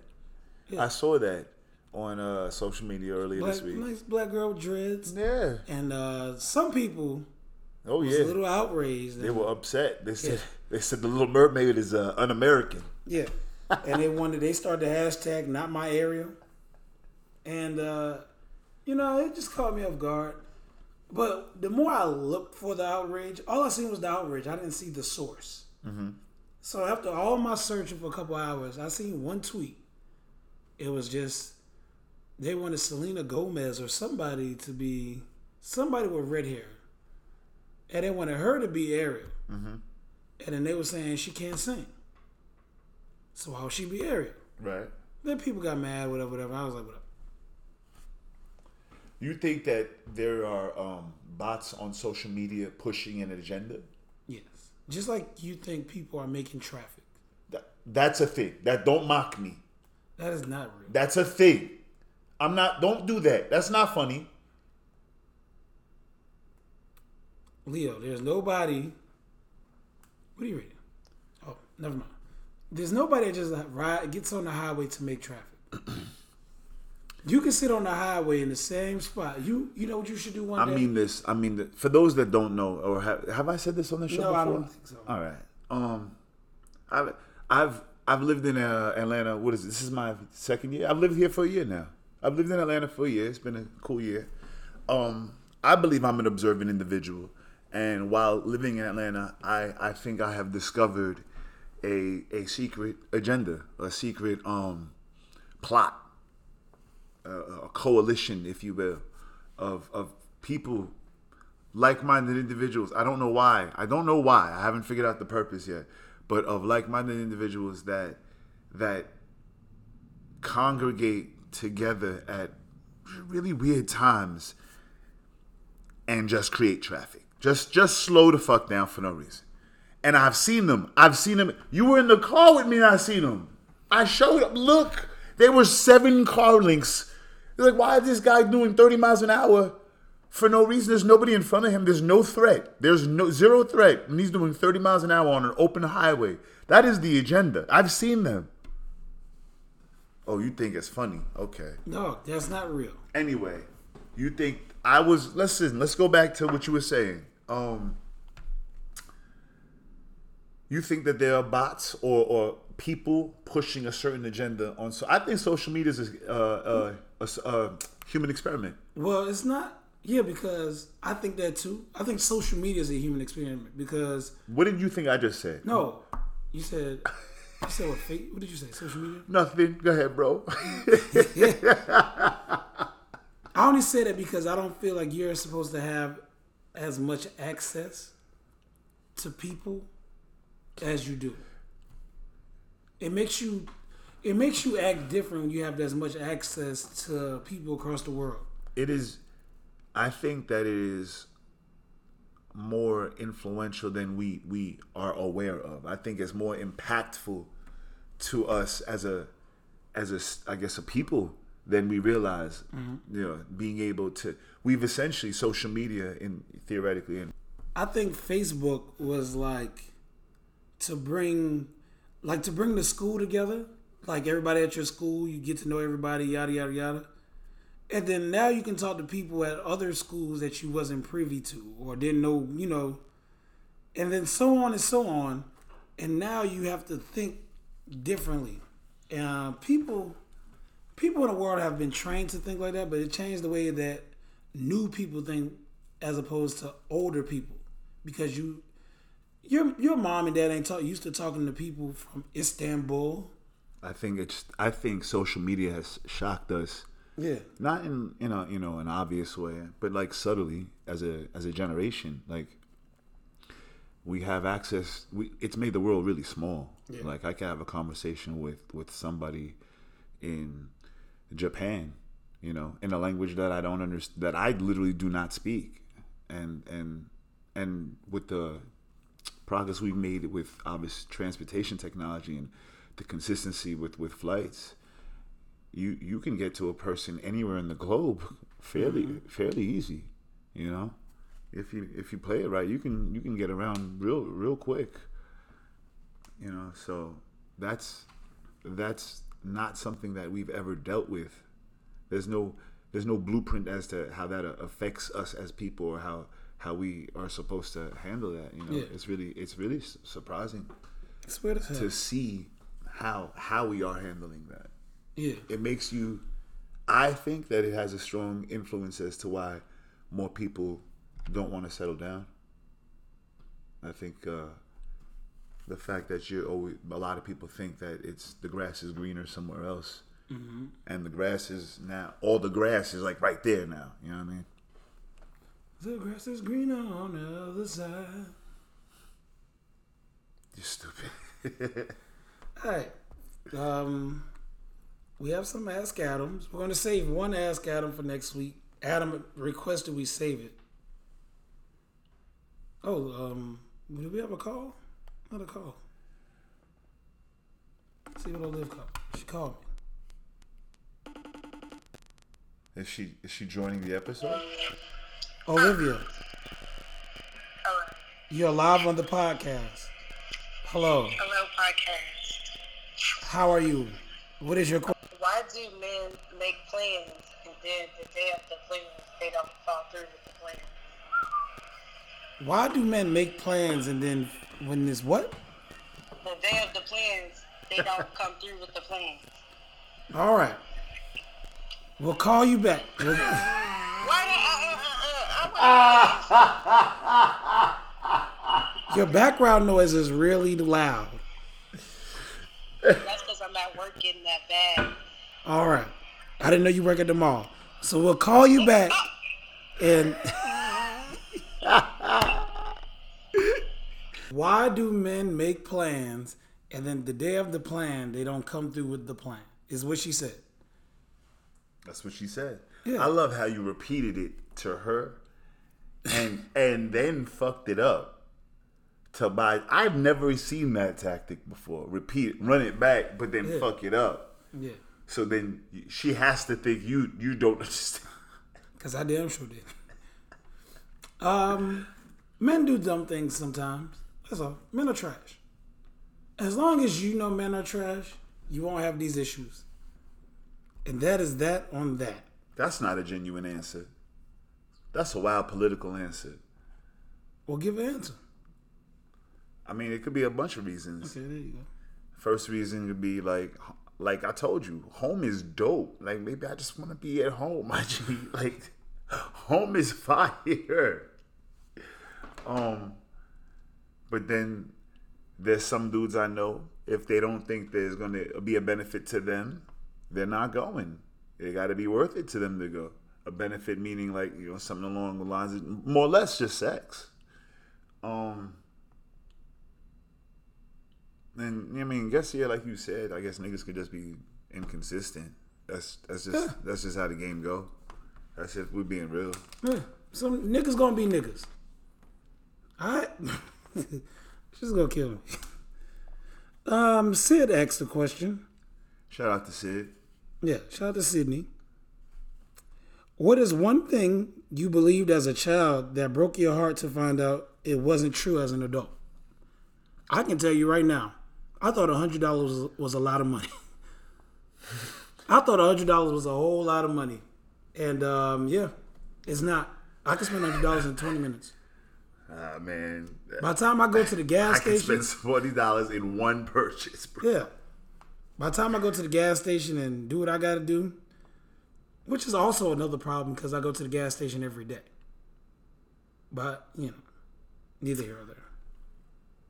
C: I saw that on uh, social media earlier
B: Black,
C: this week.
B: nice black girl with dreads.
C: Yeah.
B: And uh some people
C: Oh
B: was
C: yeah.
B: a little outraged.
C: they were upset. They said
B: Yeah.
C: they said the Little Mermaid is uh, un-American.
B: Yeah. and they wanted they started the hashtag not my area. And uh, you know, it just caught me off guard. But the more I looked for the outrage, all I seen was the outrage. I didn't see the source. So after all my searching for a couple hours, I seen one tweet. It was just they wanted Selena Gomez or somebody to be somebody with red hair, and they wanted her to be Ariel. And then they were saying she can't sing. So how she be Ariel?
C: Right.
B: Then people got mad, whatever, whatever. I was like, whatever.
C: You think that there are um, bots on social media pushing an agenda?
B: Yes. Just like you think people are making traffic.
C: That, that's a thing. That don't mock me.
B: That is not real.
C: That's a thing. I'm not. Don't do that. That's not funny.
B: Leo, there's nobody. What are you reading? Oh, never mind. There's nobody that just ride, gets on the highway to make traffic.
C: (clears throat)
B: you can sit on the highway in the same spot. You you know what you should do one
C: I
B: day?
C: mean this. I mean, th- for those that don't know, or have, have I said this on the show
B: No,
C: before?
B: I don't think so.
C: All right. Um, I've I've I've lived in uh, Atlanta. What is it? this? Is my second year. I've lived here for a year now. I've lived in Atlanta for a year. It's been a cool year. Um, I believe I'm an observant individual, and while living in Atlanta, I I think I have discovered a a secret agenda, a secret um plot a, a coalition, if you will, of of people, like-minded individuals. I don't know why. I don't know why. I haven't figured out the purpose yet, but of like-minded individuals that that congregate together at really weird times and just create traffic. Just just slow the fuck down for no reason. And I've seen them. I've seen them. You were in the car with me and I seen them. I showed up. Look, there were seven car links. You're like, why is this guy doing 30 miles an hour for no reason? There's nobody in front of him. There's no threat. There's no zero threat. And he's doing 30 miles an hour on an open highway. That is the agenda. I've seen them. Oh, you think it's funny? Okay.
B: Dog, that's not real.
C: Anyway, you think I was listen, let's go back to what you were saying. Um you think that there are bots or or people pushing a certain agenda on so I think social media is a, uh a, s- uh human experiment.
B: Well, it's not. Yeah, because I think that too. I think social media is a human experiment because
C: What did you think I just said?
B: no, you said you said what? Fake? What did you say? Social media?
C: Nothing. Go ahead, bro. (laughs)
B: I only say that because I don't feel like you're supposed to have as much access to people as you do. It makes you it makes you act different when you have as much access to people across the world.
C: it is I think that it is more influential than we we are aware of. I think it's more impactful to us as a as a s- I guess a people than we realize. You know, being able to we've essentially social media in theoretically and
B: I think Facebook was like to bring like to bring the school together, like everybody at your school, you get to know everybody, yada yada yada. And then now you can talk to people at other schools that you wasn't privy to or didn't know, you know. And then so on and so on. And now you have to think differently. Uh, people people in the world have been trained to think like that, but it changed the way that new people think as opposed to older people because you your your mom and dad ain't talk, used to talking to people from Istanbul.
C: I think it's I think social media has shocked us
B: Yeah.
C: not in in a you know an obvious way, but like subtly as a as a generation, like we have access. We it's made the world really small. Like I can have a conversation with with somebody in Japan, you know, in a language that I don't understand, that I literally do not speak, and and and with the progress we've made with obvious transportation technology and the consistency with with flights you you can get to a person anywhere in the globe (laughs) fairly fairly easy you know if you if you play it right you can you can get around real real quick you know so that's that's not something that we've ever dealt with there's no there's no blueprint as to how that uh, affects us as people or how how we are supposed to handle that you know
B: Yeah.
C: it's really it's really s- surprising
B: It's weird as hell.
C: to see how how we are handling that
B: Yeah.
C: it makes you i think that it has a strong influence as to why more people don't want to settle down i think uh the fact that you're always a lot of people think that it's the grass is greener somewhere else and the grass is now all the grass is like right there now you know what i mean
B: The grass is greener on the other side.
C: you're stupid (laughs)
B: All right. Um, we have some Ask Adams. We're going to save one Ask Adam for next week. Adam requested we save it. Oh, um, do we have a call? Not a call. Let's see what Olive called. She called me.
C: is she is she joining the episode
B: Olivia. You're live on the podcast. Hello.
D: Hello, podcast.
B: How are you? What is your question?
D: Why do men make plans and then the day of the plans they don't follow through with the plan?
B: Why do men make plans and then when this what?
D: The day of the plans they don't come through with the plans.
B: All right. We'll call you back. We'll-
D: Why the uh, uh, uh, uh,
B: your background noise is really loud.
D: That's because I'm at work getting that bag.
B: All right. I didn't know you work at the mall. So we'll call you back and (laughs) why do men make plans and then the day of the plan they don't come through with the plan? Is what she said.
C: That's what she said.
B: Yeah.
C: I love how you repeated it to her, and (laughs) and then fucked it up. To buy, I've never seen that tactic before. Repeat, run it back, but then
B: Yeah.
C: fuck it up.
B: Yeah.
C: So then she has to think you you don't (laughs) understand.
B: Cause I damn sure did. Um, men do dumb things sometimes. That's all. Men are trash. As long as you know men are trash, you won't have these issues. And that is that on that.
C: That's not a genuine answer. That's a wild political answer.
B: Well, give an answer.
C: I mean, it could be a bunch of reasons.
B: Okay, there you go.
C: First reason would be like, like I told you, home is dope. Like maybe I just want to be at home. (laughs) I just like, home is (laughs) fire. Um, but then there's some dudes I know. If they don't think there's gonna be a benefit to them, they're not going. It got to be worth it to them to go. A benefit meaning like you know something along the lines of more or less just sex. Um. And I mean, guess yeah, like you said, I guess niggas could just be inconsistent. That's that's just
B: Yeah.
C: that's just how the game go. That's if we're being real.
B: Yeah, some niggas gonna be niggas. Alright? (laughs) She's gonna kill me. (laughs) Um, Sid asked a question.
C: Shout out to Sid.
B: Yeah, shout out to Sydney. What is one thing you believed as a child that broke your heart to find out it wasn't true as an adult? I can tell you right now, I thought $100 was- was a lot of money. (laughs) I thought $100 was a whole lot of money. And um, yeah, it's not. I can spend $100 in 20 minutes.
C: Ah man,
B: By the time I go to the gas
C: I can
B: station,
C: spend forty dollars in one purchase. Bro.
B: Yeah. By the time I go to the gas station and do what I got to do, which is also another problem because I go to the gas station every day. But, you know, neither here or there.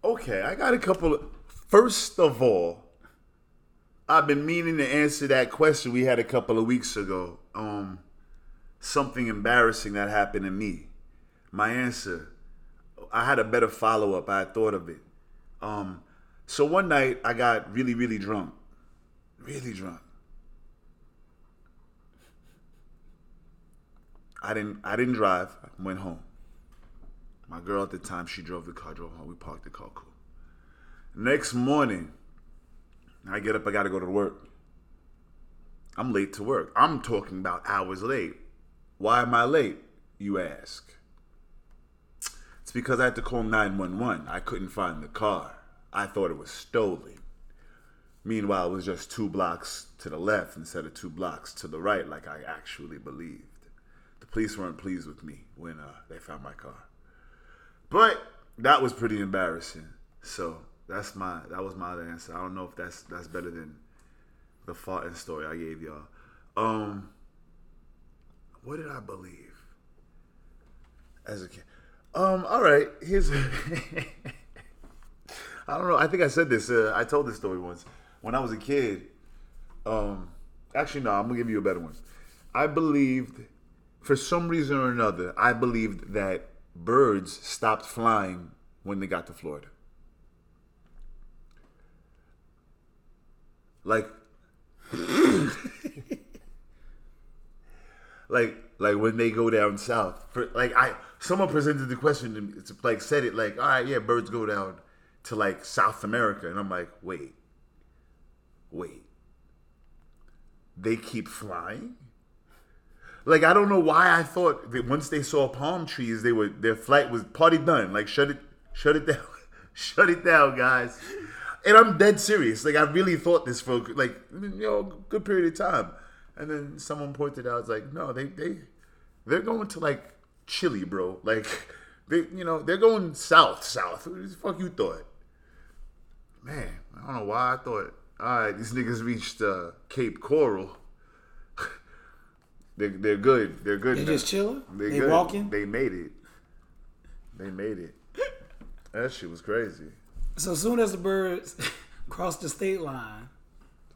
C: Okay, I got a couple. Of, first of all, I've been meaning to answer that question we had a couple of weeks ago. Um, something embarrassing that happened to me. My answer, I had a better follow up. I had thought of it. Um, so one night I got really, really drunk, really drunk. I didn't, I didn't drive. I went home. My girl at the time, she drove the car, drove home. We parked the car cool. Next morning, I get up, I gotta go to work. I'm late to work. I'm talking about hours late. Why am I late? You ask. It's because I had to call 911. I couldn't find the car. I thought it was stolen. Meanwhile, it was just two blocks to the left instead of two blocks to the right, like I actually believed. The police weren't pleased with me when uh, they found my car. But that was pretty embarrassing. So that's my that was my other answer. I don't know if that's that's better than the farting story I gave y'all. Um what did I believe? As a kid. Um, all right, here's (laughs) I don't know. I think I said this. Uh, I told this story once. When I was a kid, um, actually no, I'm gonna give you a better one. I believed, for some reason or another, I believed that birds stopped flying when they got to Florida. Like, (laughs) like, like when they go down south. For, like I, someone presented the question to me. It's like said it like, all right, yeah, birds go down to like South America, and I'm like, wait, wait they keep flying. Like I don't know why I thought that once they saw palm trees, they were their flight was party done. Like shut it, shut it down, (laughs) shut it down, guys. And I'm dead serious. Like I really thought this for like you know a good period of time. And then someone pointed out, it's like no, they they they're going to like Chile, bro. Like (laughs) they you know they're going south, south. What the fuck you thought? man, I don't know why I thought, all right, these niggas reached uh, Cape Coral. (laughs) they're, they're good. They're good.
B: They
C: now.
B: just chilling?
C: They're
B: They
C: good.
B: walking?
C: They made it. They made it. that shit was crazy.
B: So as soon as the birds (laughs) cross the state line,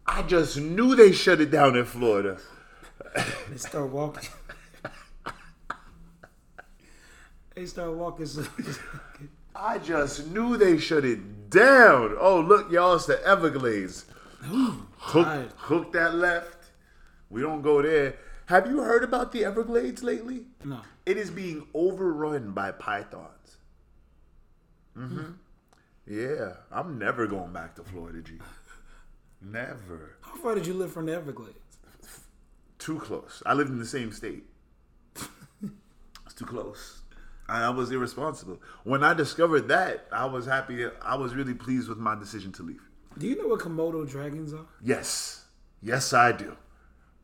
C: I just knew they shut it down in Florida.
B: They start walking. (laughs) they start walking. So (laughs)
C: I just knew they shut it down. Oh, look, y'all, it's the Everglades. hook,
B: tired.
C: hook that left. We don't go there. Have you heard about the Everglades lately?
B: no,
C: It is being overrun by pythons. hmm Yeah, I'm never going back to Florida, G. Never.
B: how far did you live from the Everglades?
C: Too close. I lived in the same state. it's too close. I I was irresponsible. When I discovered that, I was happy. I was really pleased with my decision to leave.
B: Do you know what Komodo dragons are?
C: Yes. Yes, I do.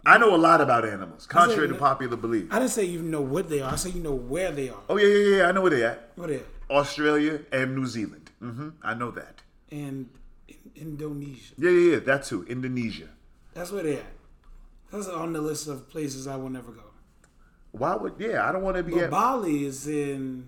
C: I know a lot about animals, contrary to popular belief.
B: I didn't say you know what they are. I said you know where they are.
C: Oh, yeah, yeah, yeah. I know where they at.
B: Where they are
C: Australia and New Zealand. hmm I know that.
B: and in Indonesia.
C: Yeah, yeah, yeah. That too. Indonesia.
B: That's where they are. That's on the list of places I will never go.
C: Why would, yeah, I don't want to be
B: But
C: at
B: Bali is in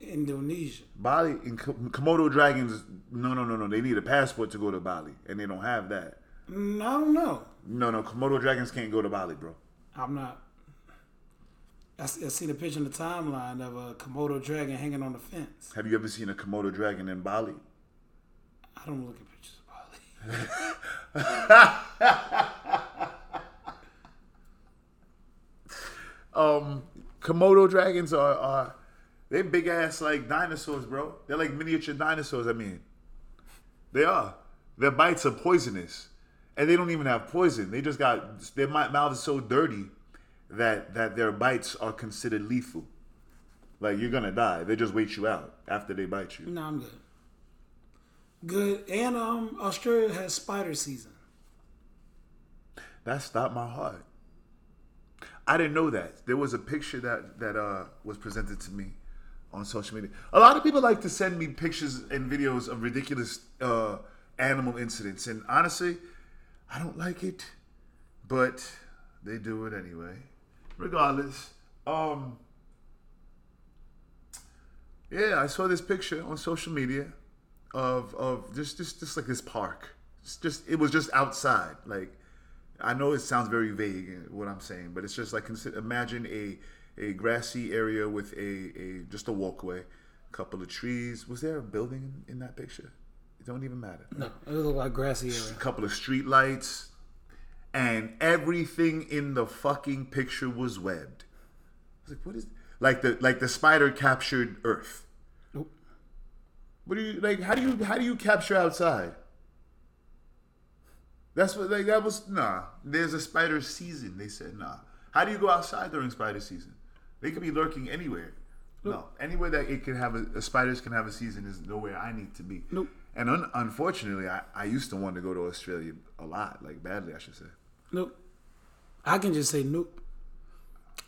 B: Indonesia.
C: Bali and K- Komodo dragons. No, no, no, no. They need a passport to go to Bali, and they don't have that.
B: Mm, I don't know.
C: No, no. Komodo dragons can't go to Bali, bro.
B: I'm not. I, see, I seen a picture in the timeline of a Komodo dragon hanging on the fence.
C: Have you ever seen a Komodo dragon in Bali?
B: I don't look at pictures of Bali. (laughs)
C: Um, Komodo dragons are are they big ass like dinosaurs, bro. They're like miniature dinosaurs. I mean, they are. Their bites are poisonous, and they don't even have poison. They just got their mi- mouths so dirty that that their bites are considered lethal. Like you're gonna die. They just wait you out after they bite you.
B: no, I'm good. Good. And um, Australia has spider season.
C: That stopped my heart. I didn't know that. There was a picture that that uh, was presented to me on social media. A lot of people like to send me pictures and videos of ridiculous uh, animal incidents, and honestly, I don't like it, but they do it anyway. Regardless, um, yeah, I saw this picture on social media of of just just just like this park. It's just it was just outside. Like I know it sounds very vague in what I'm saying, but it's just like consider, imagine a a grassy area with a, a just a walkway, a couple of trees. Was there a building in that picture? It don't even matter.
B: No, it look like grassy
C: A
B: area.
C: couple of street lights, and everything in the fucking picture was webbed. I was like, what is like the like the spider captured Earth.
B: Nope.
C: What do you like? How do you how do you capture outside? That's what like that was nah. There's a spider season. They said nah. How do you go outside during spider season? They could be lurking anywhere. No, anywhere that it can have a, a spiders can have a season is nowhere I need to be.
B: Nope.
C: And un- unfortunately, I, I used to want to go to Australia a lot, like badly, I should say.
B: Nope. I can just say nope.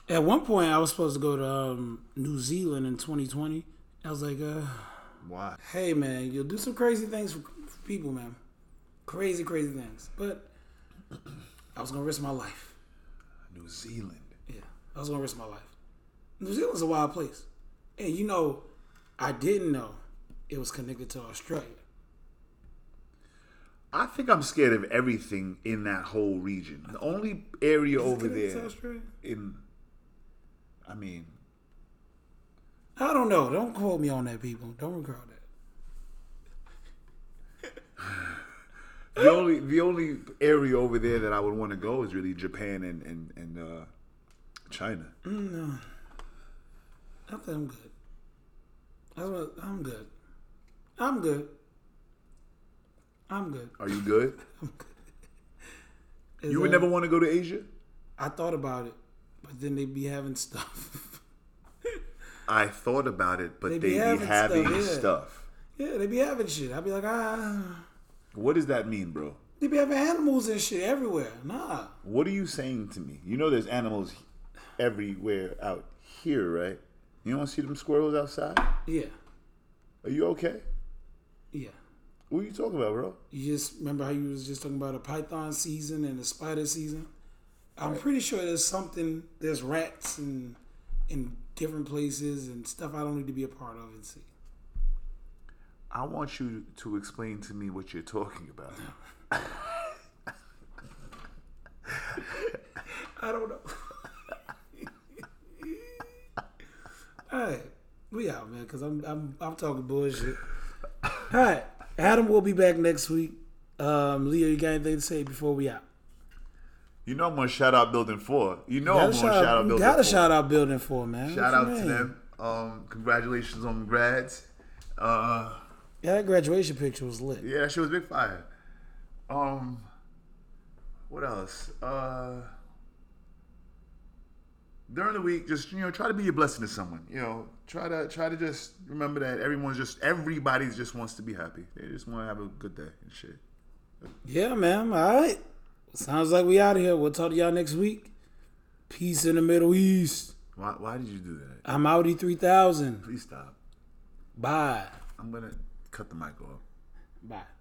B: At one point, I was supposed to go to um, New Zealand in 2020. I was like, uh,
C: Why?
B: hey man, you'll do some crazy things for, for people, man. Crazy, crazy things. But (clears throat) I was gonna risk my life.
C: New Zealand.
B: Yeah, I was gonna risk my life. New Zealand's a wild place, and you know, I didn't know it was connected to Australia.
C: I think I'm scared of everything in that whole region. The only area over
B: connected to
C: there
B: Australia?
C: in, I mean,
B: I don't know. Don't quote me on that, people. Don't regret that.
C: the only the only area over there that I would want to go is really Japan and and and uh, China.
B: I think I'm good. That's what, I'm good. I'm good. I'm good.
C: Are you good?
B: Is
C: You would
B: that-
C: never want to go to Asia.
B: uh, I thought about it, but then they be having stuff. (laughs)
C: I thought about it, but
B: They
C: they,
B: be
C: be
B: having
C: having,
B: stuff, yeah.
C: stuff.
B: yeah, they be having shit. I'd be like, ah.
C: What does that mean, bro?
B: They be having animals and shit everywhere. Nah.
C: What are you saying to me? You know there's animals everywhere out here, right? You don't see them squirrels outside?
B: Yeah.
C: Are you okay?
B: Yeah.
C: What are you talking about, bro?
B: You just remember how you was just talking about a python season and the spider season? I'm pretty sure there's something, there's rats and in different places and stuff I don't need to be a part of and see.
C: I want you to explain to me what you're talking about.
B: I don't know. All right, we out, man. Cause I'm I'm I'm talking bullshit. All right, Adam will be back next week. Um, Leo, you got anything to say before we out?
C: You know I'm gonna shout out building four. You know I'm
B: Gotta
C: gonna
B: shout,
C: shout out
B: out,
C: Oh, building
B: gotta
C: four.
B: shout out building for man.
C: Shout
B: What
C: out
B: you
C: to
B: mean?
C: them. Um, congratulations on the grads. Uh,
B: Yeah, that graduation picture was lit.
C: yeah, that shit was big fire. Um, what else? Uh, during the week, just you know, try to be a blessing to someone. You know, try to try to just remember that everyone's just everybody just wants to be happy. They just want to have a good day and shit.
B: Yeah, man. All right. Sounds like we out of here. We'll talk to y'all next week. Peace in the Middle East.
C: Why, why did you do that?
B: I'm Audi 3000.
C: Please stop.
B: Bye.
C: I'm gonna cut the mic off.
B: Bye.